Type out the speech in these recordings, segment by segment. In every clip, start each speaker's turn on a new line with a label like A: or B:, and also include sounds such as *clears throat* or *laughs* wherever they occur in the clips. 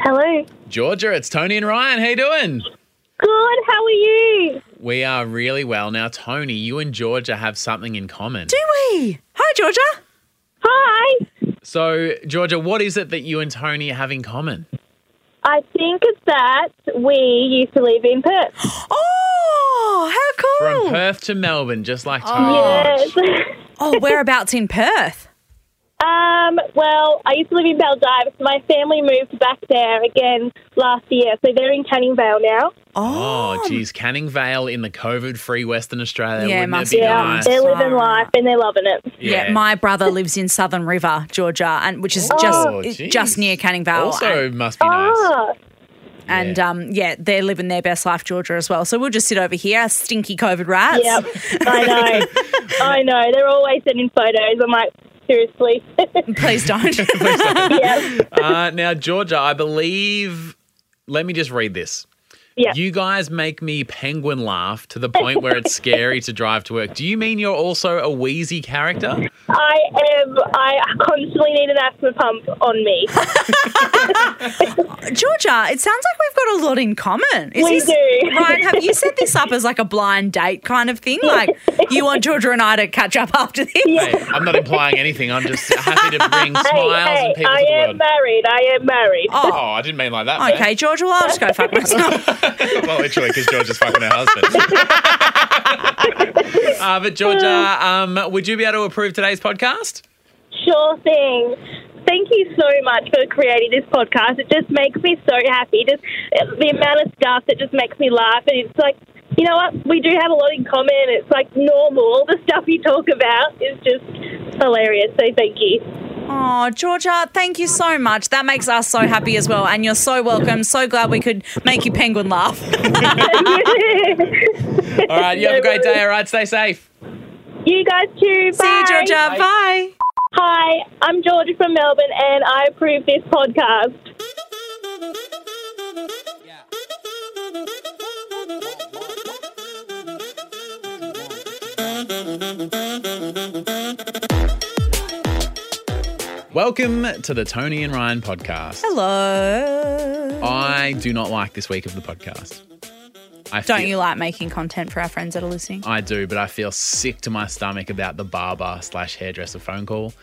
A: Hello.
B: Georgia, it's Tony and Ryan. How you doing?
A: Good. How are you?
B: We are really well. Now, Tony, you and Georgia have something in common.
C: Do we? Hi, Georgia.
A: Hi.
B: So, Georgia, what is it that you and Tony have in common?
A: I think it's that we used to live in Perth.
C: Oh, how
B: From
C: cool.
B: Perth to Melbourne, just like Tony.
C: Oh.
A: Yes. *laughs*
C: Oh, whereabouts in Perth?
A: um. Well, I used to live in Baldives. My family moved back there again last year, so they're in Canning Vale now.
B: *laughs* Oh, geez, Canning Vale in the COVID-free Western Australia.
C: Yeah,
B: Wouldn't
C: must
B: it be
C: be
A: Yeah,
B: nice?
A: they're living
C: Far out.
A: life and they're loving it.
C: Oh, Yeah. my brother lives in Southern River, Georgia, and which is just
B: Oh,
C: it's
B: geez.
C: just near Canning Vale.
B: Also, must
C: Oh.
B: be nice.
A: Ah.
C: and um, yeah, they're living their best life, Georgia, as well. So we'll just sit over here, stinky COVID rats.
A: Yep. I
B: *laughs*
A: know. I know. They're always sending photos. I'm like, seriously.
C: *laughs*
A: *laughs*
B: *laughs*
C: Please don't.
A: yeah.
B: Uh, now, Georgia, I believe. Let me just read this.
A: Yeah.
B: You guys make me penguin laugh to the point where it's scary to drive to work. Do you mean you're also a wheezy character?
A: I am. I constantly need an asthma pump on me.
C: *laughs* Georgia, it sounds like we've got a lot in common. Is
A: We
C: this-
A: do.
C: *laughs* Ryan, have you set this up as like a blind date kind of thing?
A: *laughs*
C: Like you want Georgia and I to catch up after this?
B: Hey, I'm not implying anything. I'm just happy to bring smiles
A: hey,
B: and
A: hey,
B: people
A: I
B: to the
A: am
B: world.
A: married. I am married.
B: Oh, I didn't mean like that. man.
C: Okay, Georgia, well, I'll just go fuck myself.
B: well, literally, because Georgia's fucking her husband. uh, but Georgia,
A: Hmm.
B: um, would you be able to approve
A: *laughs*
B: today's podcast?
A: Sure thing. Thank you so much for creating this podcast. It just makes me so happy. Just uh, the amount of stuff that just makes me laugh, and it's like, you know what? We do have a lot in common. It's like normal. The stuff you talk about is just hilarious. So thank
C: *laughs*
A: you.
C: Oh, Georgia, thank you so much. That makes us so happy as well. And you're so welcome. So glad we could make you penguin laugh. *laughs*
B: All right, you have a great day. All right, stay safe.
A: You guys too. Bye.
C: See you, Georgia. Bye.
A: Hi, I'm Georgia from Melbourne, and I approve this podcast.
B: Welcome to the Tony and Ryan podcast.
C: Hello.
B: I do not like this week of the podcast. I
C: Don't
B: feel-
C: you like making content for our friends that are listening?
B: I do, but I feel sick to my stomach about the barber slash hairdresser phone call.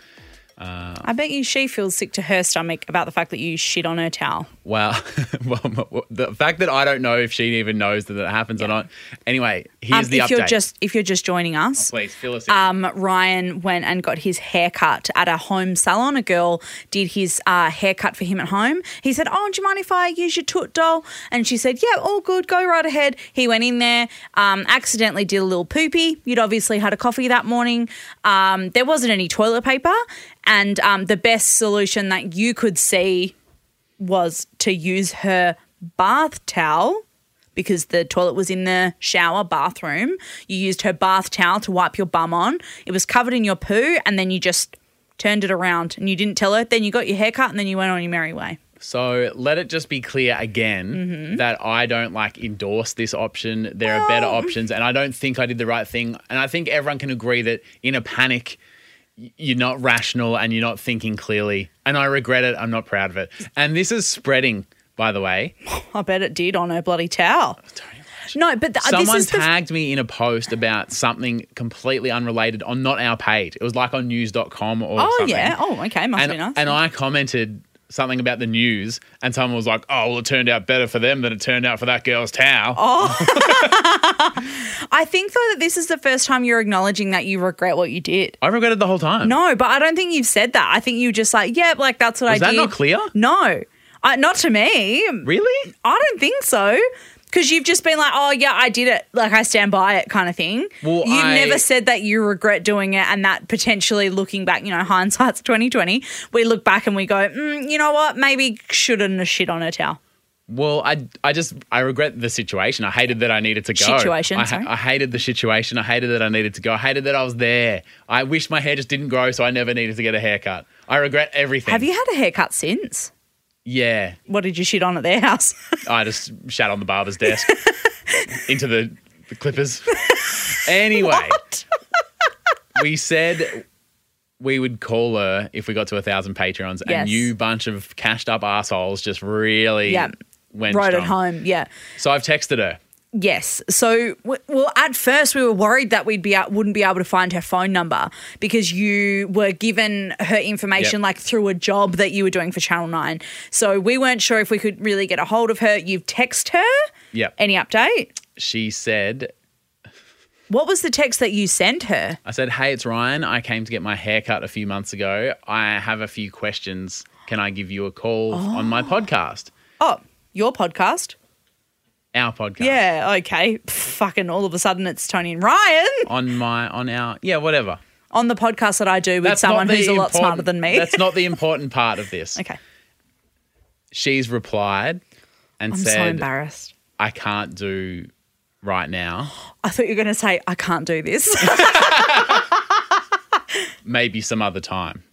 C: I bet you she feels sick to her stomach about the fact that you shit on her towel.
B: Well, *laughs* well, the fact that I don't know if she even knows that it happens or not. Anyway, here's
C: Um,
B: the
C: if
B: update.
C: you're just if you're just joining us,
B: Please fill us in.
C: um, Ryan went and got his haircut at a home salon. A girl did his uh, haircut for him at home. He said, "Oh, do you mind if I use your toot doll?" And she said, "Yeah, all good. Go right ahead." He went in there, um, accidentally did a little poopy. You'd obviously had a coffee that morning. Um, there wasn't any toilet paper, and um, the best solution that you could see was to use her bath towel because the toilet was in the shower bathroom. You used her bath towel to wipe your bum on. It was covered in your poo, and then you just turned it around and you didn't tell her. Then you got your haircut, and then you went on your merry way.
B: So let it just be clear again
C: Mm-hmm.
B: that I don't like endorse this option. There are
C: Oh.
B: better options, and I don't think I did the right thing. And I think everyone can agree that in a panic, y- you're not rational and you're not thinking clearly. And I regret it. I'm not proud of it. And this is spreading, by the way.
C: I bet it did on her bloody towel. No, but th- uh, this
B: Someone
C: is the.
B: tagged me in a post about something completely unrelated on not our page. It was like on news.com or
C: oh
B: something.
C: yeah. Oh okay. Must be
B: and,
C: nice.
B: and I commented something about the news, and someone was like, "Oh, well, it turned out better for them than it turned out for that girl's towel." Oh,
C: I think though that this is the first time you're acknowledging that you regret what you did.
B: I regretted the whole time.
C: No, but I don't think you've said that. I think you just like, yeah, like that's what
B: was
C: I
B: that
C: did.
B: not clear?
C: No, I, not to me.
B: Really?
C: I don't think so. Because you've just been like, oh, yeah, I did it. Like, I stand by it kind of thing.
B: Well,
C: You've
B: I-
C: never said that you regret doing it and that potentially looking back, you know, hindsight's *laughs* 2020. We look back and we go, mm, you know what? Maybe shouldn't have shit on her towel.
B: Well, I, I just I regret the situation. I hated that I needed to go.
C: Situation,
B: I,
C: sorry.
B: I hated the situation. I hated that I needed to go. I hated that I was there. I wish my hair just didn't grow, so I never needed to get a haircut. I regret everything.
C: Have you had a haircut since?
B: Yeah,
C: What did you shit on at their *laughs* house?
B: I just shat on the barber's
C: *laughs*
B: desk into the,
C: *laughs*
B: the clippers. Anyway, we said we would call her if we got to a thousand Patreons,
C: Yes.
B: and you bunch of cashed up assholes just really
C: Yeah.
B: went
C: Right at
B: strong.
C: home. Yeah.
B: So I've texted her.
C: Yes. So, w- well, at first we were worried that we'd be out, wouldn't be able to find her phone number because you were given her information
B: Yep.
C: like through a job that you were doing for Channel Nine. So we weren't sure if we could really get a hold of her. You've texted her.
B: Yep.
C: Any update?
B: she said,
C: What was the text that you sent her?
B: I said, Hey, it's Ryan. I came to get my hair cut a few months ago. I have a few questions. Can I give you a call on my podcast?
C: Oh, your podcast.
B: Our podcast.
C: Yeah. Okay. Pff, fucking. All of a sudden, it's Tony and Ryan
B: On my, on our, yeah, whatever.
C: on the podcast that I do with
B: not
C: someone
B: the
C: who's a lot
B: important-
C: smarter than me.
B: That's not the important part of this.
C: *laughs* okay.
B: She's replied and
C: I'm so
B: said,
C: embarrassed.
B: I can't do right now.
C: I thought you were going to say I can't do this. *laughs*
B: Maybe some other time.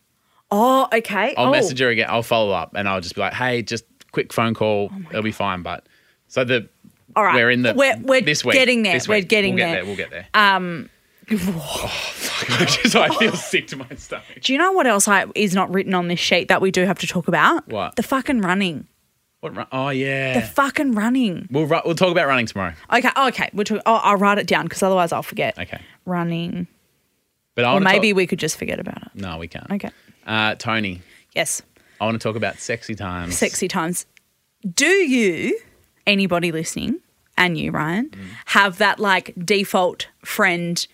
C: Oh, okay.
B: I'll
C: oh.
B: message her again. I'll follow up and I'll just be like, Hey, just quick phone call. It'll be fine. But so the,
C: All Oh right.
B: We're in the
C: We're, we're
B: this week.
C: getting there.
B: This
C: We're
B: week.
C: getting
B: we'll get
C: there.
B: We'll get there. Um,
C: *laughs*
B: oh, fuck. *laughs* I feel sick to my stomach.
C: Do you know what else I, is not written on this sheet that we do have to talk about?
B: What?
C: The fucking running.
B: What? ru- Oh yeah.
C: The fucking running.
B: we'll ru- we'll talk about running tomorrow.
C: Okay. Okay. We're talk- oh, I'll write it down because otherwise I'll forget.
B: Okay.
C: Running.
B: But I
C: Or
B: want
C: maybe
B: Talk-
C: we could just forget about it.
B: no, we can't.
C: Okay.
B: Uh, Tony,
C: Yes.
B: I want to talk about sexy times.
C: Sexy times. Do you, anybody listening, and you, Ryan, have that like default friend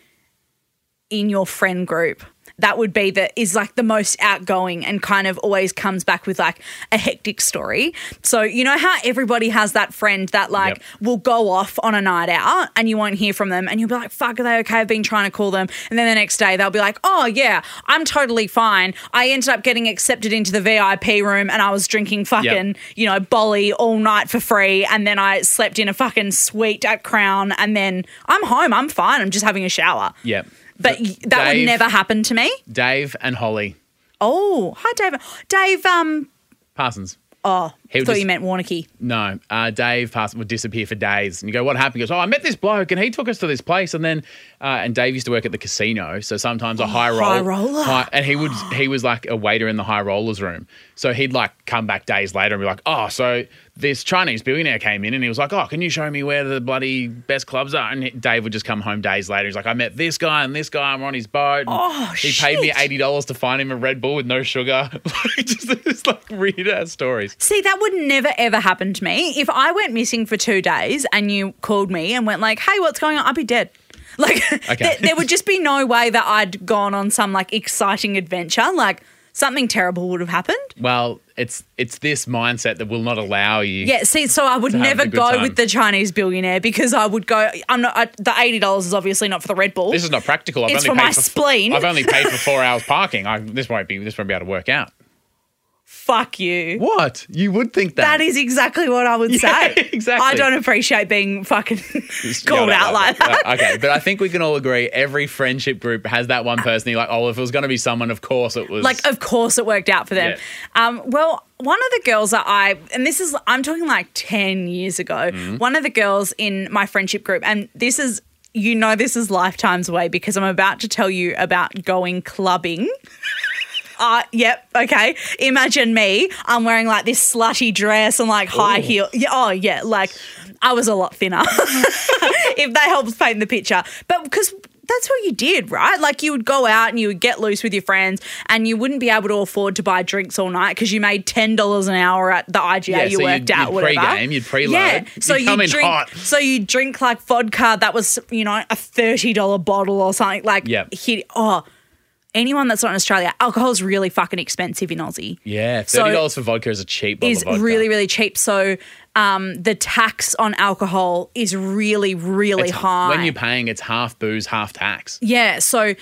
C: in your friend group that would be that is like the most outgoing and kind of always comes back with like a hectic story. So, you know how everybody has that friend that like
B: Yep.
C: will go off on a night out and you won't hear from them and you'll be like, fuck, are they okay? I've been trying to call them. And then the next day they'll be like, oh yeah, I'm totally fine. I ended up getting accepted into the VIP room and I was drinking fucking, you know, Bolly all night for free. And then I slept in a fucking suite at Crown and then I'm home. I'm fine. I'm just having a shower.
B: Yep.
C: But y- that would
B: Dave-
C: never happen to me.
B: Dave and Holly
C: Oh, hi, Dave. Dave, um,
B: Parsons.
C: oh,
B: He
C: I
B: would
C: thought
B: just-
C: you meant Warnicky.
B: No, uh, Dave Parsons would disappear for days, and you go, "What happened?" He goes, "Oh, I met this bloke, and he took us to this place, and then, uh, and Dave used to work at the casino, so sometimes a high roll,
C: Oh, high roller.
B: high- and he would, he was like a waiter in the high rollers room, so he'd like come back days later and be like, "Oh, so this Chinese billionaire came in, and he was like, oh, can you show me where the bloody best clubs are?" And he- Dave would just come home days later. He's like, "I met this guy and this guy, and we're on his boat." and
C: Oh,
B: he paid me
C: shit.
B: eighty dollars to find him a Red Bull with no sugar. *laughs* Like, just it's like weird ass stories.
C: See, that would never ever happen to me. If I went missing for two days and you called me and went like, "Hey, what's going on?" I'd be dead. *laughs* Like, *laughs* there, there would just be no way that I'd gone on some like exciting adventure. Like, something terrible would have happened.
B: Well, it's it's this mindset that will not allow you.
C: Yeah, see, so I would
B: have
C: never
B: the good
C: go
B: time.
C: with the Chinese billionaire because I would go. I'm not. I, the eighty dollars is obviously not for the Red Bull.
B: This is not practical. I've only
C: It's for my
B: paid for,
C: spleen.
B: I've only paid
C: *laughs*
B: for four hours parking. I, this won't be this won't be able to work out.
C: Fuck you.
B: What you would think
C: That is exactly what I
B: *laughs*
C: would
B: Yeah,
C: say.
B: exactly.
C: I don't appreciate being fucking *laughs* called out like that.
B: okay, but I think we can all agree every friendship group has that one person. You're like, oh, if it was going to be someone, of course it was.
C: Like, of course, it worked out for them. Um, well, one of the girls that I, and this is, I'm talking like 10 years ago, one of the girls in my friendship group, and this is, you know, this is lifetime's way because I'm about to tell you about going clubbing. Uh, yep. Okay. Imagine me. I'm wearing like this slutty dress and like high
B: Ooh.
C: heel. Yeah, oh yeah. Like I was a lot thinner. *laughs* if that helps paint the picture, but because. That's what you did, right? Like you would go out and you would get loose with your friends, and you wouldn't be able to afford to buy drinks all night because you made ten dollars an hour at the IGA
B: Yeah,
C: you
B: so
C: worked
B: you'd-
C: out.
B: you'd
C: whatever.
B: pre-game, you'd preload,
C: Yeah, so
B: you'd
C: you
B: come in
C: drink.
B: hot.
C: So you drink like vodka that was you know a thirty dollar bottle or something like.
B: Yep.
C: hid- oh, anyone that's not in Australia, alcohol's really fucking expensive in Aussie.
B: yeah,
C: So-
B: thirty dollars for vodka is a cheap. bottle
C: Is
B: of vodka.
C: really, really cheap. So um, the tax on alcohol is really, really
B: It's-
C: high.
B: When you're paying, it's half booze, half tax.
C: yeah. So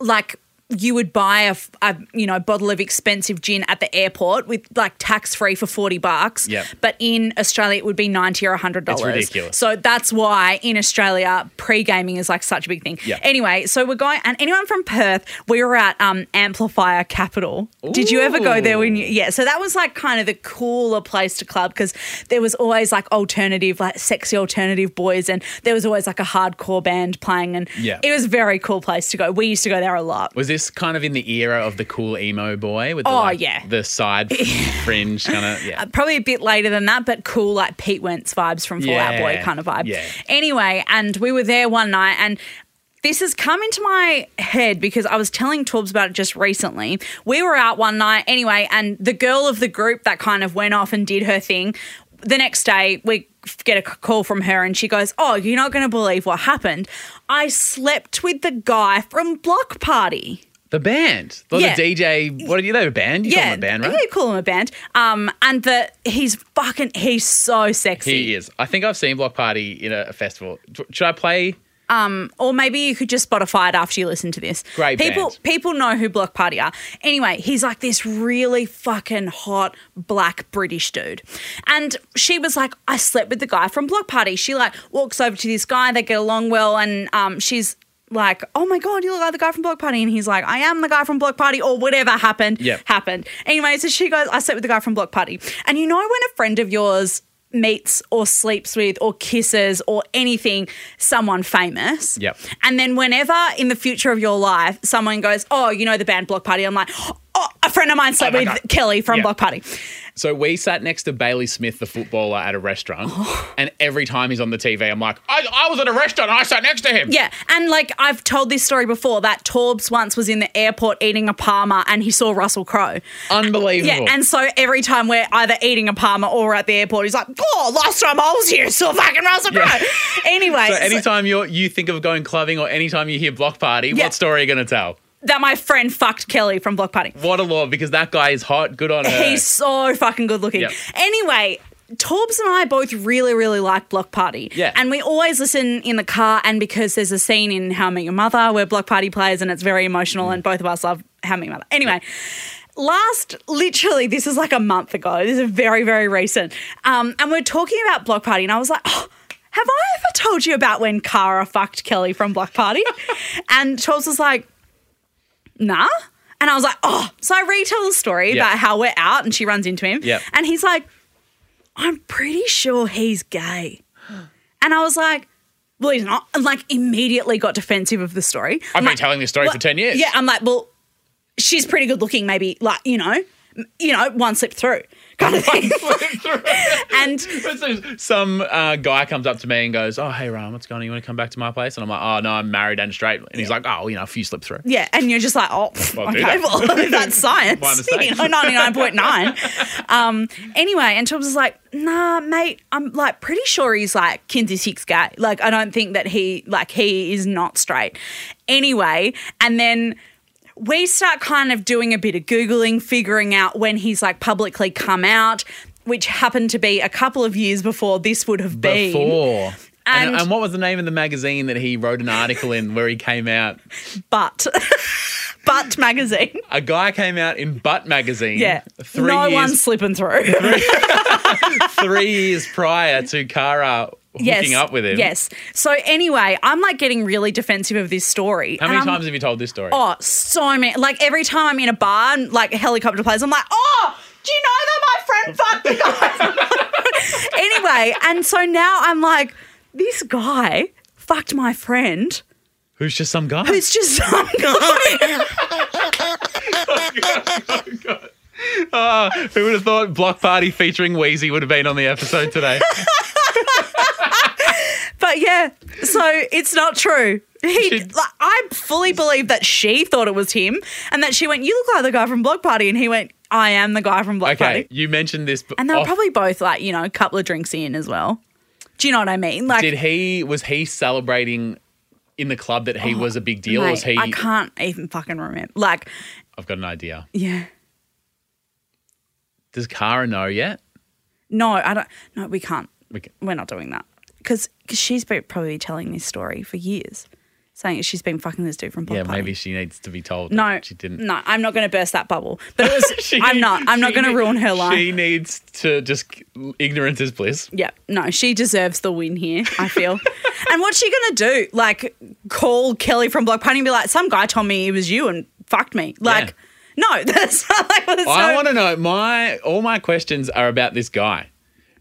C: like you would buy a, f- a, you know bottle of expensive gin at the airport with like tax free for 40 bucks
B: Yep.
C: but in australia it would be 90 or 100 dollars
B: It's ridiculous.
C: so that's why in australia pre-gaming is like such a big thing
B: Yep.
C: anyway so we're going and anyone from perth we were at um, amplifier capital did you ever go there when you
B: Ooh.
C: yeah so that was like kind of the cooler place to club because there was always like alternative like sexy alternative boys and there was always like a hardcore band playing and
B: Yeah.
C: it was a very cool place to go we used to go there a lot
B: Was this this kind of in the era of the cool emo boy with the,
C: Oh,
B: like,
C: yeah.
B: the
C: *laughs*
B: side fringe kind of yeah.
C: probably a bit later than that, but cool, like Pete Wentz vibes from Fall Out Boy
B: Yeah,
C: kind of vibe.
B: yeah.
C: Anyway, and we were there one night and this has come into my head because I was telling Torbs about it just recently. We were out one night anyway, and the girl of the group that kind of went off and did her thing. The next day, we get a c- call from her, and she goes, "Oh, you're not going to believe what happened. I slept with the guy from Block Party."
B: The band, well,
C: Yeah.
B: the DJ. What are you? They were a band. You call them a band, right?
C: Yeah, you call him a band. Um, and the he's fucking he's so sexy.
B: He is. I think I've seen Block Party in a, a festival. D- Should I play?
C: Or maybe you could just Spotify it after you listen to this.
B: Great
C: people.
B: band.
C: People know who Block Party are. Anyway, he's like this really fucking hot black British dude, and she was like, I slept with the guy from Block Party. She like walks over to this guy. They get along well, and um, she's. Like, oh my God, you look like the guy from Block Party. And he's like, I am the guy from Block Party, or whatever happened,
B: Yep.
C: happened. Anyway, so she goes, I slept with the guy from Block Party. And you know when a friend of yours meets or sleeps with or kisses or anything someone famous.
B: Yep.
C: And then whenever in the future of your life someone goes, Oh, you know the band Block Party, I'm like, Oh, a friend of mine slept
B: my
C: with
B: God.
C: Kelly from
B: Yeah.
C: Block Party.
B: So we sat next to Bailey Smith, the footballer, at a restaurant,
C: Oh.
B: and every time he's on the TV, I'm like, I, I was at a restaurant. I sat next to him.
C: Yeah. And like I've told this story before that Torbs once was in the airport eating a Palmer and he saw Russell Crowe.
B: unbelievable.
C: Yeah, and so every time we're either eating a Palmer or at the airport, he's like, "Oh, last time I was here, saw fucking Russell Crowe." *laughs*
B: Yeah.
C: Anyway,
B: so
C: so-
B: anytime you you think of going clubbing or anytime you hear Block Party,
C: Yeah.
B: what story are you going to tell?
C: that my friend fucked Kelly from Block Party.
B: What a law, because that guy is hot. Good on her.
C: He's so fucking good looking.
B: Yep.
C: Anyway, Torbs and I both really, really like Block Party.
B: Yeah.
C: And we always listen in the car, and because there's a scene in How I Met Your Mother where Block Party plays and it's very
B: Mm.
C: emotional, and both of us love How I Met Your Mother. Anyway. Last, literally, this is like a month ago. This is very, very recent. Um, and we're talking about Block Party, and I was like, oh, have I ever told you about when Kara fucked Kelly from
B: *laughs*
C: Block Party? and Torbs was like, nah. And I was like, oh. So I retell the story
B: Yeah.
C: about how we're out and she runs into him.
B: Yeah.
C: And he's like, I'm pretty sure
B: *gasps*
C: he's gay. And I was like, well, he's not. And like immediately got defensive of the story.
B: I've been telling this story for 10 years. *laughs*
C: Yeah. I'm like, well, she's pretty good looking, maybe, like, you know, m- you know, one slip through kind
B: *laughs*
C: of thing. and
B: Some uh, guy comes up to me and goes, "Oh, hey Ram, what's going on? You want to come back to my place?" And I'm like, "Oh no, I'm married and straight." And he's like, "Oh, you know, a few slip through."
C: Yeah, and you're just like, oh, pff,
B: Well, do
C: okay,
B: that.
C: well, *laughs* that's science.
B: My mistake.
C: *laughs* You know, 99.9. um, anyway, and Tubbs is like, nah, mate, I'm like pretty sure he's like kindy six gay. Like, I don't think that he, like, he is not straight. Anyway, and then we start kind of doing a bit of Googling, figuring out when he's like publicly come out, which happened to be a couple of years before this would have been.
B: Before. And,
C: And-
B: and what was the name of the magazine that he wrote an article in where he came out?
C: *laughs* But, but magazine.
B: A guy came out in Butt magazine.
C: Yeah.
B: Three
C: no
B: years,
C: one's slipping through.
B: *laughs* three years prior to Kara hooking up with him.
C: Yes. So anyway, I'm like getting really defensive of this story.
B: How many
C: And I'm-
B: times have you told this story?
C: Um, Oh, so many. Like every time I'm in a bar and like a helicopter plays, I'm like, oh, do you know that my friend fucked the guy? *laughs* anyway, and so now I'm like, this guy fucked my friend.
B: Who's just some guy?
C: It's just *laughs* some guy.
B: Oh, Who would have thought Block Party featuring Wheezy would have been on the episode
C: *laughs*
B: today?
C: but yeah, so it's not true. He,
B: She-
C: like, I fully believe that she thought it was him, and that she went, "You look like the guy from Block Party," and he went, "I am the guy from Block Party."
B: okay, you mentioned this. b-
C: And they were
B: off-
C: probably both like, you know, a couple of drinks in as well. Do you know what I mean? Like,
B: Did he was he celebrating in the club that he was a big deal? or was
C: Oh, mate,
B: he?
C: I can't even fucking remember. Like,
B: I've got an idea.
C: yeah.
B: Does Kara know yet?
C: No, I don't. No, we can't.
B: We can-
C: We're not doing that. Because she's been probably telling this story for years, saying she's been fucking this dude from Block
B: Yeah,
C: Party.
B: maybe she needs to be told.
C: No,
B: that she didn't.
C: No, I'm not going to burst that bubble. But it
B: *laughs*
C: was.
B: She-
C: I'm not. I'm not
B: she
C: going to
B: ne-
C: ruin her life.
B: She needs to just ignorance is bliss.
C: Yeah, no, she deserves the win here, I
B: *laughs*
C: feel. and what's she going to do? Like, call Kelly from Block Party and be like, some guy told me it was you and fucked me. Like, no, *laughs* that's not like what it's
B: I
C: no-
B: want to know. My all my questions are about this guy.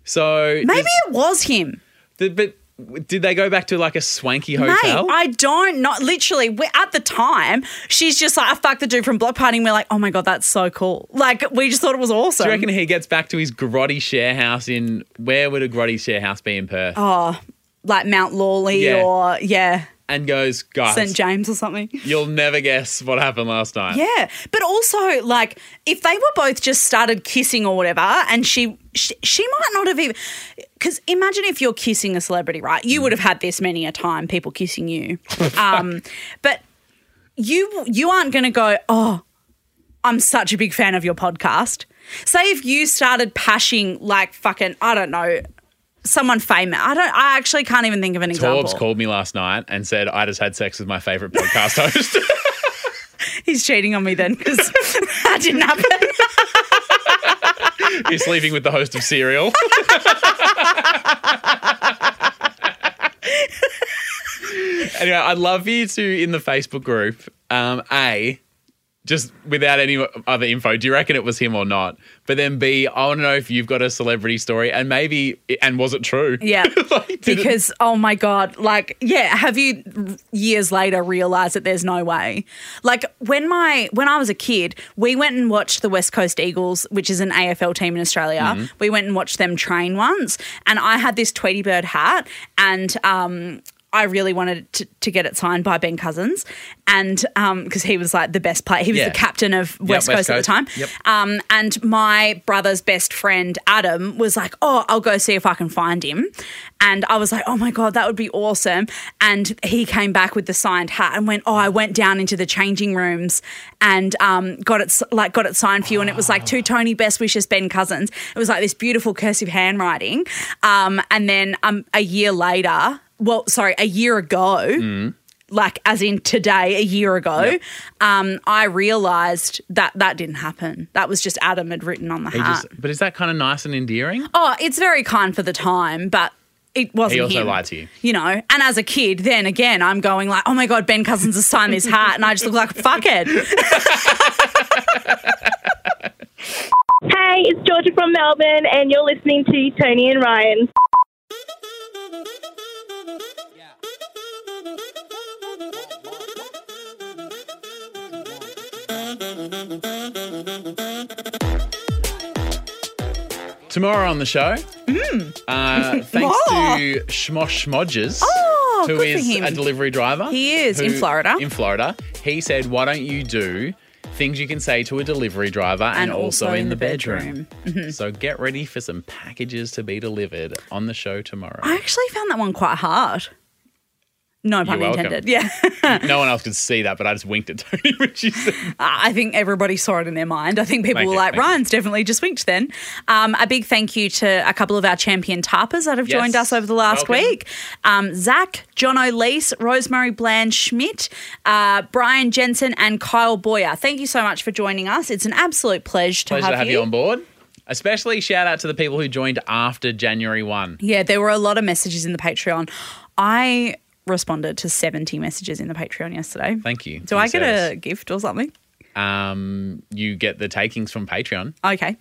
B: So
C: Maybe
B: does-
C: it was him.
B: the- but Did they go back to like a swanky hotel?
C: Mate, I don't not literally. We're at the time, she's just like, I fucked the dude from Block Party, and we're like, oh my god, that's so cool. Like, we just thought it was awesome.
B: Do you reckon he gets back to his grotty share house in where would a grotty share house be in Perth?
C: Oh. like Mount Lawley
B: Yeah.
C: or yeah,
B: And goes, guys,
C: St James or something.
B: you'll never guess what happened last night.
C: Yeah, but also like if they were both just started kissing or whatever, and she she, she might not have even because imagine if you're kissing a celebrity, right? You would have had this many a time, people kissing you. um, but you you aren't going to go, oh, I'm such a big fan of your podcast. Say if you started pashing like fucking I don't know someone famous. I don't. I actually can't even think of an example.
B: Forbes called me last night and said I just had sex with my favorite podcast host. *laughs*
C: He's cheating on me then because *laughs* that didn't happen.
B: He's sleeping with the host of Serial. *laughs* anyway, I'd love for you to in the Facebook group. Um, a just without any other info, do you reckon it was him or not? But then B, I want to know if you've got a celebrity story and maybe and was it true?
C: Yeah.
B: *laughs* Like, did it-
C: because oh my god like yeah have you years later realized that there's no way like when my when i was a kid we went and watched the west coast eagles which is an afl team in australia
B: Mm-hmm.
C: we went and watched them train once and i had this tweety bird hat and um I really wanted to, to get it signed by Ben Cousins, and because he was like the best player, he was
B: Yeah.
C: the captain of
B: West
C: West, Coast, at the
B: Coast.
C: time.
B: Yep.
C: Um, and my brother's best friend, Adam, was like, Oh, I'll go see if I can find him. And I was like, Oh my God, that would be awesome. And he came back with the signed hat and went, Oh, I went down into the changing rooms and um, got it s- like got it signed for you. And it was like to Tony Best Wishes, Ben Cousins. It was like this beautiful cursive handwriting. Um, and then um, a year later, well, sorry, a year ago, like as in today, a year ago, um, I realised that that didn't happen. That was just Adam had written on the
B: He
C: hat.
B: just- but is that kind of nice and endearing?
C: oh, it's very kind for the time, but it wasn't.
B: He also
C: him,
B: lied to you.
C: You know, and as a kid, then again, I'm going like, oh my god, Ben Cousins has signed this hat, and I just look like a
B: *laughs*
C: fuckhead.
A: Hey, it's Georgia from Melbourne, and you're listening to Tony and Ryan.
B: Tomorrow on the show,
C: Mm.
B: uh, thanks
C: Wow.
B: to Schmosh Smodges,
C: Oh,
B: who
C: good for
B: is
C: him.
B: a delivery driver.
C: He is, in Florida.
B: In Florida. He said, Why don't you do things you can say to a delivery driver and,
C: And
B: also, in the bedroom?
C: bedroom. Mm-hmm.
B: So get ready for some packages to be delivered on the show tomorrow.
C: I actually found that one quite hard. No pun
B: You're welcome.
C: intended. Yeah,
B: no one else could see that, but I just winked at *laughs* Tony when she said,
C: I think everybody saw it in their mind. I think people
B: Thank
C: were
B: you,
C: like,
B: thank you.
C: Ryan's definitely just winked then. Um, a big thank you to a couple of our champion tarpers that have
B: Yes.
C: joined us over the last
B: Welcome.
C: week um, Zach, John O'Lease, Rosemary Bland Schmidt, uh, Brian Jensen, and Kyle Boyer. Thank you so much for joining us. It's an absolute pleasure to,
B: Pleasure
C: have,
B: to have you. on board. Especially shout out to the people who joined after January 1.
C: Yeah, there were a lot of messages in the Patreon. I responded to 70 messages in the Patreon yesterday.
B: Thank you.
C: Do I get a gift or something?
B: Um, you get the takings from Patreon.
C: Okay.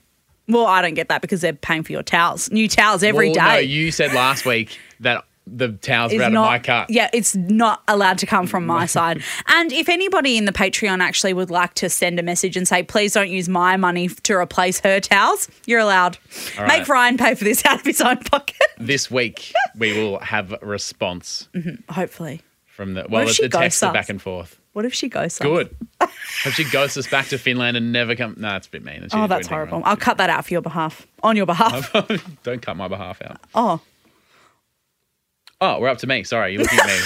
C: Well, I don't get that because they're paying for your towels, new towels every
B: Well,
C: day.
B: No, you said last week that the towels were
C: It's
B: out
C: not-
B: of my car.
C: Yeah, it's not allowed to come
B: *laughs*
C: from my side. And if anybody in the Patreon actually would like to send a message and say, please don't use my money f- to replace her towels, you're allowed.
B: All
C: Make
B: right.
C: Ryan pay for this *laughs* out of his own pocket.
B: This week we will have a response
C: Hopefully.
B: from the well,
C: if
B: the,
C: she
B: the texts
C: ghosts
B: are
C: us?
B: back and forth.
C: What if she goes? somewhere?
B: Good. Hope she ghosts us back to Finland and never come. No, it's a bit mean. and she
C: Oh,
B: didn't do
C: that's
B: anything
C: horrible.
B: wrong.
C: I'll cut that out for your behalf. On your behalf.
B: *laughs* Don't cut my behalf out.
C: Oh.
B: Oh, we're up to me. Sorry, you're looking at
C: *laughs*
B: me.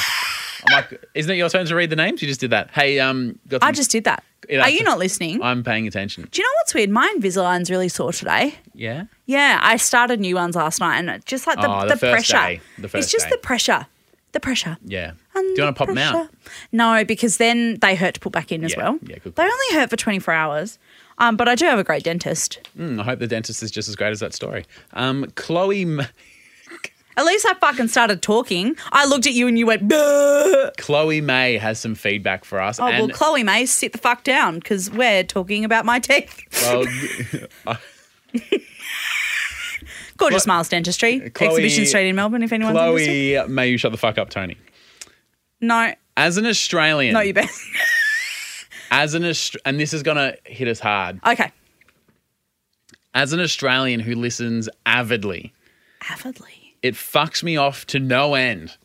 B: I'm like, isn't it your turn to read the names? You just did that. Hey, um, got
C: I
B: some-
C: just did that.
B: It
C: Are
B: has
C: you
B: to-
C: not listening?
B: I'm paying attention.
C: Do you know what's weird? My Invisalign's really sore today.
B: Yeah.
C: Yeah, I started new ones last night, and it- just like the,
B: Oh,
C: the,
B: the first
C: pressure,
B: day. The
C: it's
B: first
C: just
B: day.
C: the pressure, the pressure.
B: Yeah.
C: And
B: Do you
C: the
B: want to pop them out?
C: pressure. No, because then they hurt to put back in as
B: Yeah,
C: well.
B: yeah, good
C: they
B: call.
C: only hurt for twenty four hours. Um, but I do have a great dentist.
B: Mm, I hope the dentist is just as great as that story. Um, Chloe. M-
C: At least I fucking started talking. I looked at you and you went. "Bleh."
B: Chloe May has some feedback for us.
C: Oh well,
B: and
C: Chloe May, sit the fuck down because we're talking about my teeth.
B: well,
C: *laughs* Gorgeous Miles Dentistry.
B: Chloe-
C: Exhibition Street in Melbourne, if anyone's interested.
B: Chloe, may you shut the fuck up, Tony.
C: No,
B: As an Australian,
C: not your best.
B: as an Aust- and this is gonna hit us hard.
C: *laughs* okay.
B: As an Australian who listens avidly,
C: Avidly.
B: it fucks me off to no end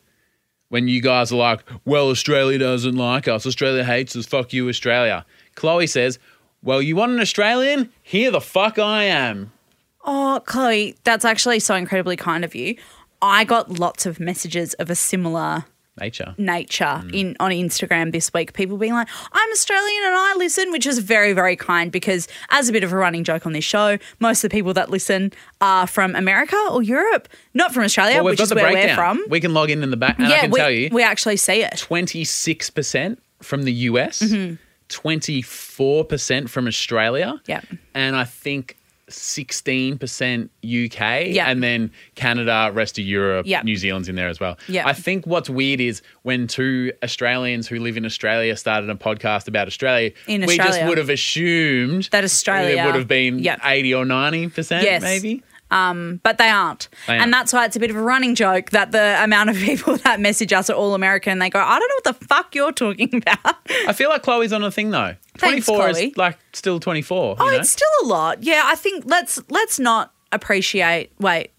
B: when you guys are like, well, Australia doesn't like us. Australia hates us. Fuck you, Australia. Chloe says, well, you want an Australian? Here the fuck I am.
C: Oh, Chloe, that's actually so incredibly kind of you. I got lots of messages of a similar
B: Nature.
C: nature
B: Mm.
C: in on Instagram this week. People being like, "I'm Australian and I listen," which is very, very kind because, as a bit of a running joke on this show, most of the people that listen are from America or Europe, not from Australia,
B: Well, we've
C: which
B: got
C: is
B: the
C: where
B: breakdown.
C: we're from.
B: We can log in in the back, and I can
C: we,
B: tell you,
C: we actually see it.
B: 26% from the US, 24% from Australia,
C: Yeah.
B: and I think 16% UK,
C: Yeah.
B: and then Canada, rest of Europe,
C: Yeah.
B: New Zealand's in there as well.
C: Yeah.
B: I think what's weird is when two Australians who live in Australia started a podcast about Australia,
C: In
B: we just
C: Australia.
B: would have assumed
C: That Australia-
B: it would have been
C: Yeah.
B: 80 or 90%,
C: Yes.
B: maybe.
C: but they aren't.
B: They
C: and
B: aren't.
C: that's why it's a bit of a running joke that the amount of *laughs* people that message us are all American and they go, I don't know what the fuck you're talking *laughs* about.
B: I feel like Chloe's on a thing though.
C: Thanks,
B: 24
C: Chloe.
B: is like still 24.
C: Oh,
B: you know?
C: it's still a lot. Yeah, I think let's let's not appreciate wait.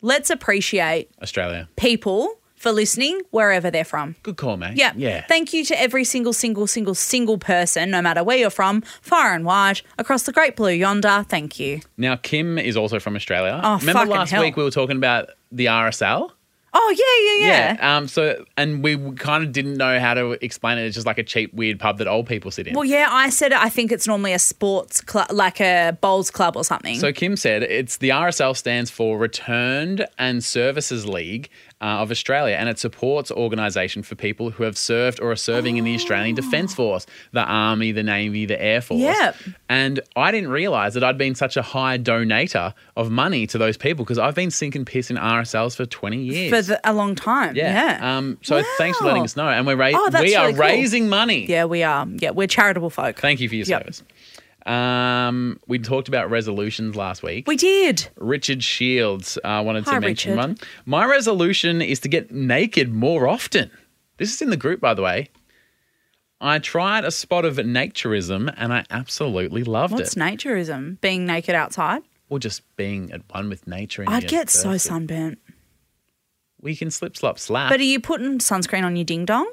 C: Let's appreciate
B: Australia.
C: people for listening wherever they're from.
B: Good call, mate.
C: Yeah.
B: Yeah.
C: Thank you to every single, single, single, single person, no matter where you're from, far and wide, across the great blue yonder. Thank you.
B: Now, Kim is also from Australia.
C: Oh,
B: Remember
C: fucking
B: last
C: hell.
B: week we were talking about the RSL?
C: Oh, yeah, yeah, yeah.
B: Um, so, and we kind of didn't know how to explain it. It's just like a cheap, weird pub that old people sit in.
C: Well, yeah, I said it. I think it's normally a sports club, like a bowls club or something.
B: so Kim said it's the RSL stands for Returned and Services League uh, of Australia, and it supports organisation for people who have served or are serving in the Australian Defence Force, the Army, the Navy, the Air Force.
C: Ah. Yep.
B: And I didn't realise that I'd been such a high donator of money to those people because I've been sinking piss in RSLs for twenty years.
C: for the, a long time.
B: Yeah.
C: Yeah.
B: Um, so thanks for letting
C: Wow.
B: us know. And we're ra-
C: Oh, that's
B: we are
C: really cool.
B: raising money.
C: Yeah, we are. Yeah, we're charitable folk.
B: Thank you for your
C: Yep.
B: service. Um, we talked about resolutions last week.
C: we did.
B: Richard Shields uh, wanted
C: Hi,
B: to mention
C: Richard.
B: one. My resolution is to get naked more often. This is in the group, by the way. I tried a spot of naturism and I absolutely loved
C: What's
B: it.
C: naturism? Being naked outside?
B: or just being at one with nature. And
C: I'd
B: you're
C: get so
B: thirsty.
C: sunburnt.
B: We can slip, slop, slap.
C: But are you putting sunscreen on your ding dong?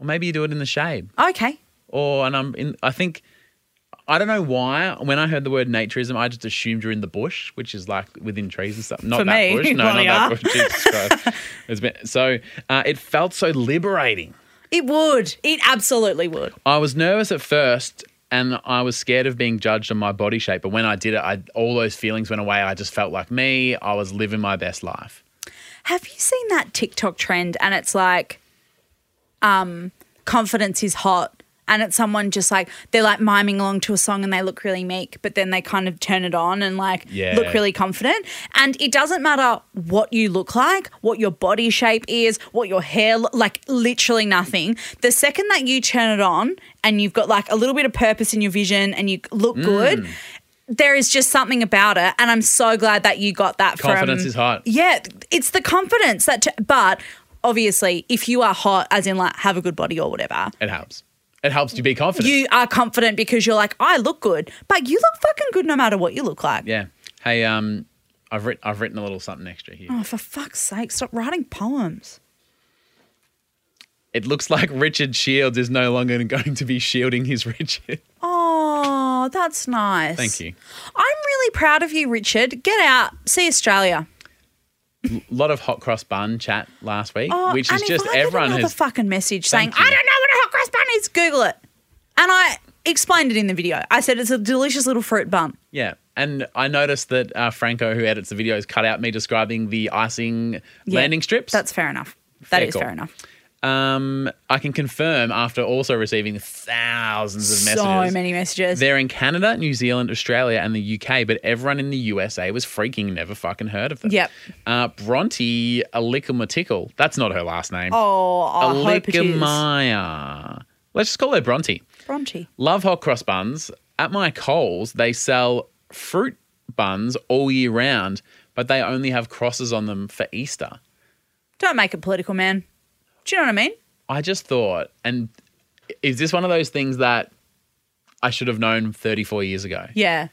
B: or maybe you do it in the shade.
C: Okay.
B: or and I'm in. I think I don't know why. When I heard the word naturism, I just assumed you're in the bush, which is like within trees and stuff. Not
C: For
B: that
C: me, *laughs*
B: bush. No,
C: well,
B: not
C: yeah.
B: that bush. Jesus
C: *laughs*
B: Christ. It's been, so uh, it felt so liberating.
C: It would. It absolutely would.
B: I was nervous at first. And I was scared of being judged on my body shape. But when I did it, I, all those feelings went away. I just felt like me. I was living my best life.
C: Have you seen that TikTok trend and it's like um confidence is hot and it's someone just like they're like miming along to a song and they look really meek but then they kind of turn it on and like
B: Yeah.
C: look really confident and it doesn't matter what you look like what your body shape is what your hair lo- like literally nothing the second that you turn it on and you've got like a little bit of purpose in your vision and you look good there is just something about it and i'm so glad that you got that
B: Confidence
C: from
B: is hot.
C: yeah, it's the confidence that, but obviously, if you are hot, as in like have a good body or whatever,
B: It helps. It helps you be confident.
C: you are confident because you're like, I look good, but you look fucking good no matter what you look like.
B: yeah. Hey, um, I've, writ- I've written a little something extra here.
C: Oh, for fuck's sake, stop writing poems.
B: It looks like Richard Shields is no longer going to be shielding his Richard.
C: Oh, that's nice.
B: Thank you.
C: I'm really proud of you, Richard. Get out, see Australia.
B: A lot of hot cross bun chat last week,
C: Oh,
B: which is
C: and if
B: just
C: I get
B: everyone
C: another
B: has.
C: fucking message saying,
B: Thank you.
C: I don't know what a hot cross bun is. Google it, and I explained it in the video. I said it's a delicious little fruit bun.
B: yeah. And I noticed that uh, Franco, who edits the videos, cut out me describing the icing
C: Yeah,
B: landing strips.
C: That's fair enough. That
B: Fair
C: is
B: call.
C: fair enough.
B: um, I can confirm after also receiving thousands of messages.
C: So many messages.
B: They're in Canada, New Zealand, Australia, and the UK, but everyone in the USA was freaking never fucking heard of them.
C: Yep.
B: Uh, Bronte Alikamatickle. That's not her last name.
C: oh, I hope it is.
B: Alikamaya. Let's just call her Bronte.
C: Bronte.
B: Love hot cross buns. At my Coles, they sell fruit buns all year round, but they only have crosses on them for Easter.
C: Don't make it political, man. Do you know what I mean?
B: I just thought, and is this one of those things that I should have known 34 years ago?
C: Yeah.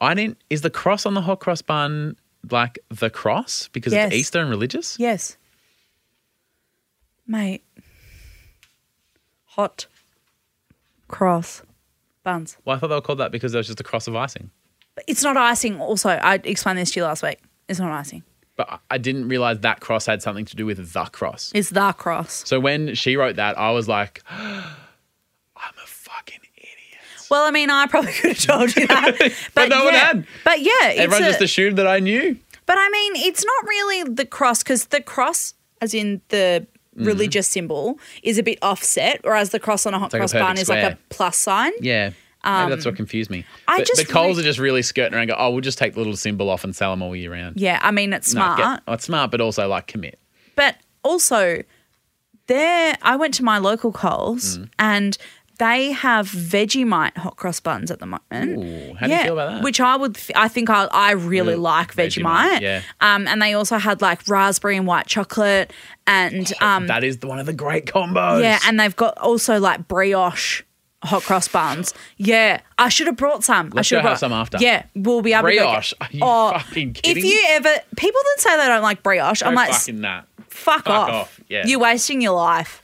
B: I didn't. Is the cross on the hot cross bun like the cross because
C: Yes.
B: it's Easter and religious?
C: Yes. Mate. Hot cross buns.
B: Well, I thought they were called that because there was just a cross of icing.
C: But it's not icing. Also, I explained this to you last week. It's not icing.
B: But I- I didn't realize that cross had something to do with the cross.
C: It's the cross.
B: So when she wrote that, I was like, *gasps* I'm a fucking idiot.
C: Well, I mean, I probably *laughs* could have told you that. But,
B: no one
C: yeah,
B: had.
C: But yeah, it's
B: Everyone
C: a-
B: just assumed that I knew.
C: But I mean, it's not really the cross because the cross, as in the
B: Mm-hmm.
C: religious symbol, is a bit offset, whereas the cross on a hot
B: like a
C: cross bun
B: perfect
C: is like a
B: square.
C: plus sign.
B: Yeah. Maybe that's what confused me.
C: Um, I
B: But
C: just
B: the Coles
C: re-
B: are just really skirting around. Go, oh, we'll just take the little symbol off and sell them all year round.
C: Yeah, I mean, it's
B: No,
C: smart.
B: get- oh, it's smart, but also like commit.
C: But also, there, I went to my local Coles
B: Mm.
C: and they have Vegemite hot cross buns at the moment.
B: Ooh, how do you feel about that?
C: Which I would, I think I, I really
B: Really
C: like Vegemite.
B: Vegemite, yeah.
C: Um, and they also had like raspberry and white chocolate, and um,
B: that is the- one of the great combos.
C: yeah, and they've got also like brioche hot cross buns. Yeah, I should have brought some. I
B: Let's
C: should
B: go
C: brought
B: have some after.
C: Yeah, we'll be able
B: Brioche?
C: to
B: Are
C: go
B: you fucking
C: If
B: kidding
C: you
B: me?
C: ever people that say they don't like brioche, I'm
B: No
C: like,
B: fucking that.
C: fuck, off.
B: off, yeah.
C: You're wasting your life.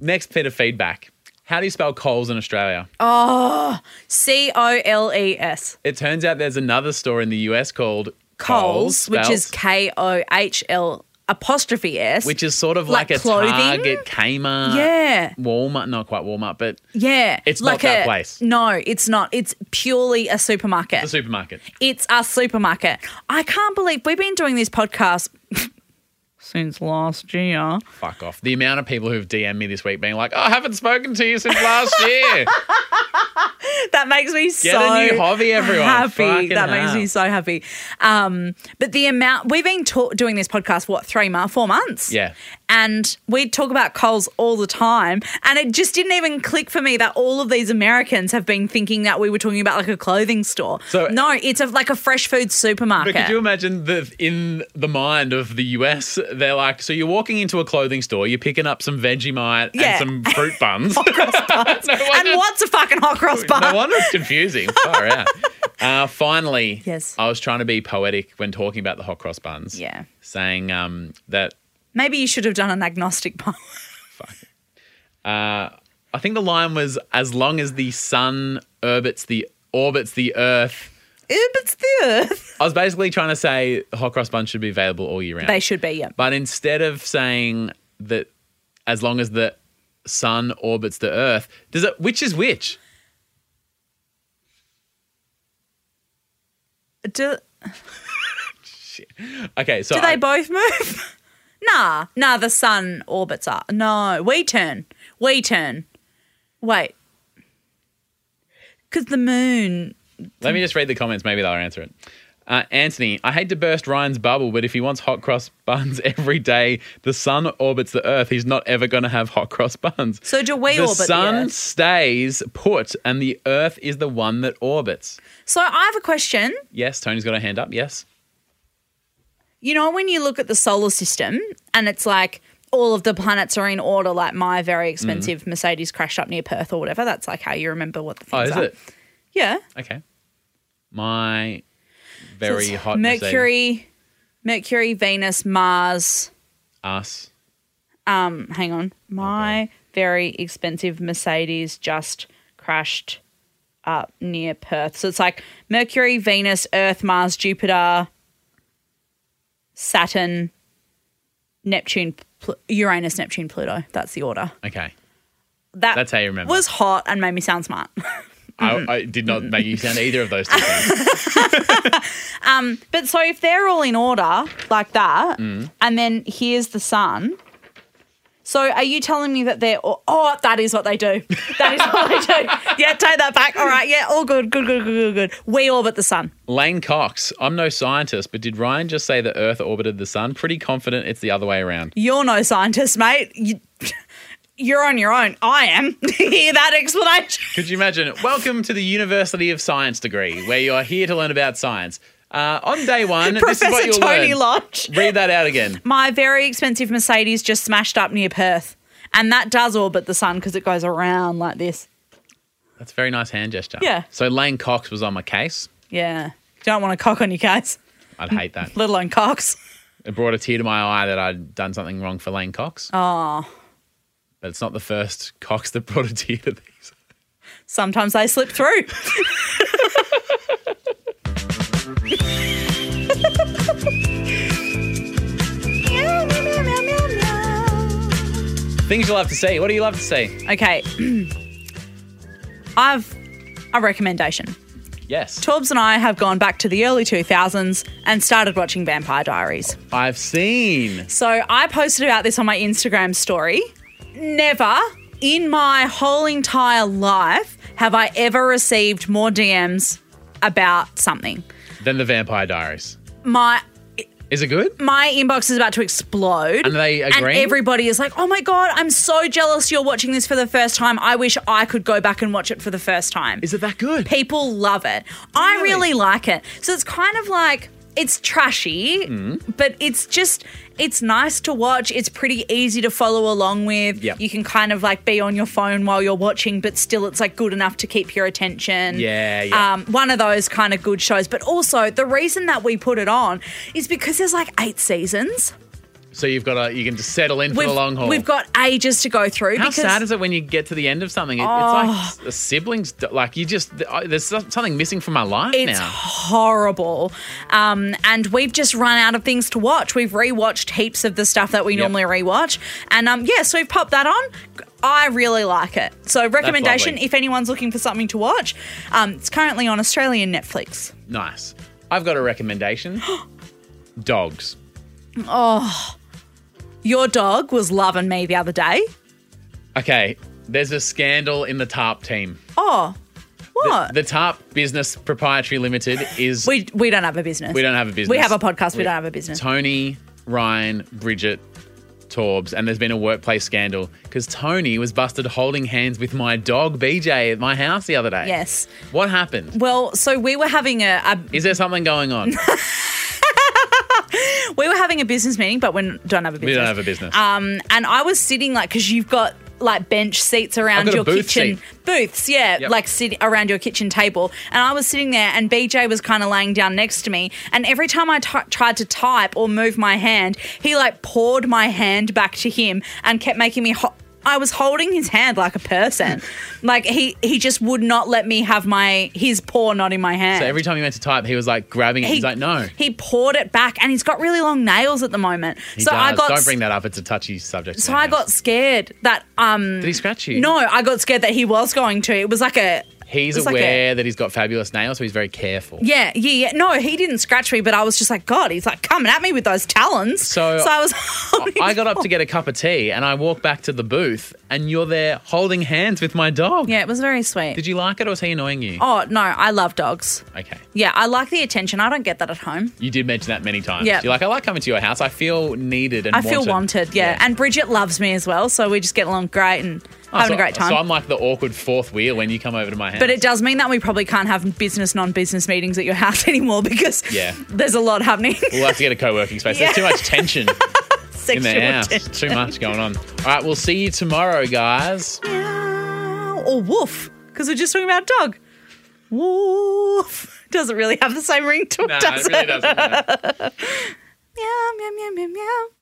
B: Next bit of feedback. How do you spell Coles in Australia?
C: Oh. C O L E S.
B: It turns out there's another store in the US called
C: Coles, which is
B: spelt-
C: K O H L apostrophe S.
B: which uh, is sort of
C: like
B: like, a
C: clothing?
B: Target, Kmart,
C: Yeah.
B: Walmart, not quite Walmart, but
C: yeah,
B: It's not that place.
C: No, it's not. It's purely a supermarket.
B: the supermarket.
C: It's a supermarket. I can't believe we've been doing this podcast *laughs* since last year.
B: Fuck off. The amount of people who've DM'd me this week being like, "Oh, I haven't spoken to you since
C: *laughs*
B: last year.
C: That makes me
B: Get
C: so
B: a new hobby, everyone.
C: happy.
B: Fucking
C: That makes
B: hell.
C: me so happy. Um, but the amount we've been ta- doing this podcast, what three months, four months?
B: Yeah.
C: And we talk about Coles all the time, and it just didn't even click for me that all of these Americans have been thinking that we were talking about like a clothing store.
B: So-
C: no, it's a, like a fresh food supermarket.
B: But could
C: *laughs*
B: you imagine that in the mind of the US, they're like, so you're walking into a clothing store, you're picking up some Vegemite
C: Yeah.
B: and some fruit
C: *laughs*
B: buns. *laughs* no,
C: and
B: wonder,
C: what's a fucking hot cross
B: *laughs*
C: bar?
B: no wonder it's confusing. Far
C: *laughs*
B: out. Uh, finally,
C: Yes.
B: I was trying to be poetic when talking about the hot cross buns.
C: Yeah.
B: Saying um, that
C: Maybe you should have done an agnostic *laughs* poem.
B: I think the line was as long as the sun orbits the orbits the earth.
C: It's the earth.
B: I was basically trying to say hot cross buns should be available all year round.
C: They should be, yeah.
B: But instead of saying that as long as the sun orbits the earth, does it which is which?
C: Do,
B: Okay, so
C: do they
B: I-
C: both move? *laughs* nah, nah, the sun orbits up. No, we turn. We turn. Wait. Because the moon.
B: let me just read the comments, maybe they'll answer it. Uh, Anthony, I hate to burst Ryan's bubble, but if he wants hot cross buns *laughs* every day, the sun orbits the earth. He's not ever going to have hot cross buns.
C: So do we
B: the
C: orbit the
B: sun
C: Earth?
B: stays put, and the earth is the one that orbits.
C: So I have a question.
B: Yes, Tony's got a hand up. Yes.
C: You know, when you look at the solar system and it's like all of the planets are in order, like my very expensive Mercedes crashed up near Perth or whatever. That's like how you remember what the
B: Mm. Oh,
C: things
B: is
C: are.
B: it?
C: Yeah.
B: Okay. My
C: So
B: very
C: it's
B: hot Mercedes-
C: Mercury, Mercury, Venus, Mars.
B: Us.
C: Um, hang on. My very expensive Mercedes just crashed up near Perth. So it's like Mercury, Venus, Earth, Mars, Jupiter, Saturn, Neptune, Pl- Uranus, Neptune, Pluto. That's the order.
B: Okay.
C: That
B: That's how you remember.
C: Was hot and made me sound smart. Mm-hmm.
B: I, I did not make you sound either of those
C: *laughs*
B: two things.
C: But so if they're all in order like that,
B: Mm.
C: and then here's the sun. So are you telling me that they're all, oh that is what they do. That is what they
B: *laughs*
C: do. Yeah, take that back. All right, yeah, all good, good, good, good, good, good. We orbit the sun.
B: Lane Cox. I'm no scientist, but did Ryan just say the Earth orbited the Sun? Pretty confident it's the other way around.
C: You're no scientist, mate. You, *laughs* you're on your own. I am. *laughs* Hear that explanation?
B: Could you imagine? Welcome to the University of Science degree, where you are here to learn about science. Uh, on day one, this is what
C: Professor
B: you'll
C: Tony
B: learn.
C: Lodge.
B: Read that out again.
C: My very expensive Mercedes just smashed up near Perth. And that does orbit the sun because it goes around like this.
B: That's a very nice hand gesture.
C: Yeah.
B: So Lane Cox was on my case.
C: Yeah. Don't want to cock on your case,
B: I'd hate that.
C: let alone cocks.
B: It brought a tear to my eye that I'd done something wrong for Lane Cox. Oh. But it's not the first Cox that brought a tear to these.
C: *laughs* Sometimes they slip through.
B: Things you'll have to see. What do you love to see?
C: okay. *clears throat* I've a recommendation.
B: Yes.
C: Torbs and I have gone back to the early 2000s and started watching Vampire Diaries.
B: I've seen.
C: So I posted about this on my Instagram story. Never in my whole entire life have I ever received more DMs about something.
B: Then the Vampire Diaries.
C: My
B: Is it good?
C: my inbox is about to explode.
B: And they
C: And
B: agreeing?
C: everybody is like, oh my God, I'm so jealous you're watching this for the first time. I wish I could go back and watch it for the first time.
B: Is it that good?
C: People love it. I
B: Really?
C: really like it. So it's kind of like it's trashy,
B: Mm.
C: but it's just it's nice to watch. It's pretty easy to follow along with.
B: Yep.
C: You can kind of like be on your phone while you're watching, but still it's like good enough to keep your attention.
B: Yeah, yeah.
C: Um, one of those kind of good shows. But also the reason that we put it on is because there's like eight seasons.
B: so you've got to, you can just settle in for the long haul.
C: we've got ages to go through.
B: How
C: because Oh.
B: sad is it when you get to the end of something? It, It's like a siblings. Like you just I- there's so- something missing from my life
C: It's
B: now.
C: horrible. Um, and we've just run out of things to watch. We've rewatched heaps of the stuff that we
B: Yep.
C: normally rewatch. And um, yeah, so we've popped that on. I really like it. So, recommendation
B: lovely.
C: if anyone's looking for something to watch, um, it's currently on Australian Netflix.
B: Nice. I've got a
C: *gasps*
B: recommendation. Dogs.
C: Your dog was loving me the other day.
B: Okay. There's a scandal in the TARP team.
C: Oh, what?
B: The TARP Business Proprietary Limited is.
C: we, we don't have a business.
B: We don't have a business.
C: We have a podcast. We, don't have a business.
B: Tony, Ryan, Bridget, Torbs, and there's been a workplace scandal because Tony was busted holding hands with my dog BJ at my house the other day.
C: Yes.
B: What happened?
C: well, so we were having a, a
B: Is there something going on?
C: *laughs* we were having a business meeting, but we don't have a business.
B: we don't have a business.
C: Um, and I was sitting like because you've got like bench seats around
B: got a
C: your
B: booth
C: kitchen booths, yeah,
B: Yep.
C: like sit around your kitchen table. And I was sitting there, and BJ was kind of laying down next to me. And every time I t- tried to type or move my hand, he like poured my hand back to him and kept making me. Ho- I was holding his hand like
B: *laughs*
C: a person, like he he just would not let me have my his paw not in my hand.
B: so every time he went to type, he was like grabbing it. He's like, no.
C: He poured it back, and he's got really long nails at the moment.
B: He
C: so I
B: does.
C: got
B: Don't bring that up. It's a touchy subject.
C: so I got scared that um
B: Did he scratch you?
C: no, I got scared that he was going to. It was like a
B: He's
C: it was like a-
B: aware that he's got fabulous nails, so he's very careful.
C: yeah, yeah, yeah. No, he didn't scratch me, but I was just like, God, he's like coming at me with those talons.
B: So-
C: I was.
B: *laughs*
C: *laughs*
B: I got up to get a cup of tea and I walked back to the booth and you're there holding hands with my dog.
C: Yeah, it was very sweet.
B: Did you like it or was he annoying you?
C: oh no, I love dogs.
B: Okay.
C: Yeah, I like the attention. I don't get that at home.
B: You did mention that many times.
C: Yeah.
B: You're like, I like coming to your house. I feel needed and
C: I
B: wanted.
C: feel wanted. Yeah. and Bridget loves me as well, so we just get along great and
B: Oh,
C: having
B: so-
C: a great time.
B: So I'm like the awkward fourth wheel when you come over to my house.
C: But it does mean that we probably can't have business, non business meetings at your house *laughs* anymore because
B: Yeah.
C: there's a lot happening. *laughs*
B: We'll have to get a co-working space. There's too much tension in
C: Sexual
B: the house.
C: tension.
B: Too much going on. All right, we'll see you tomorrow,
C: *laughs*
B: guys.
C: Meow. or woof because we're just talking about dog. Woof *laughs* doesn't really have the same ring to it,
B: Nah,
C: does
B: it really doesn't. no.
C: Meow, meow, meow, meow, meow.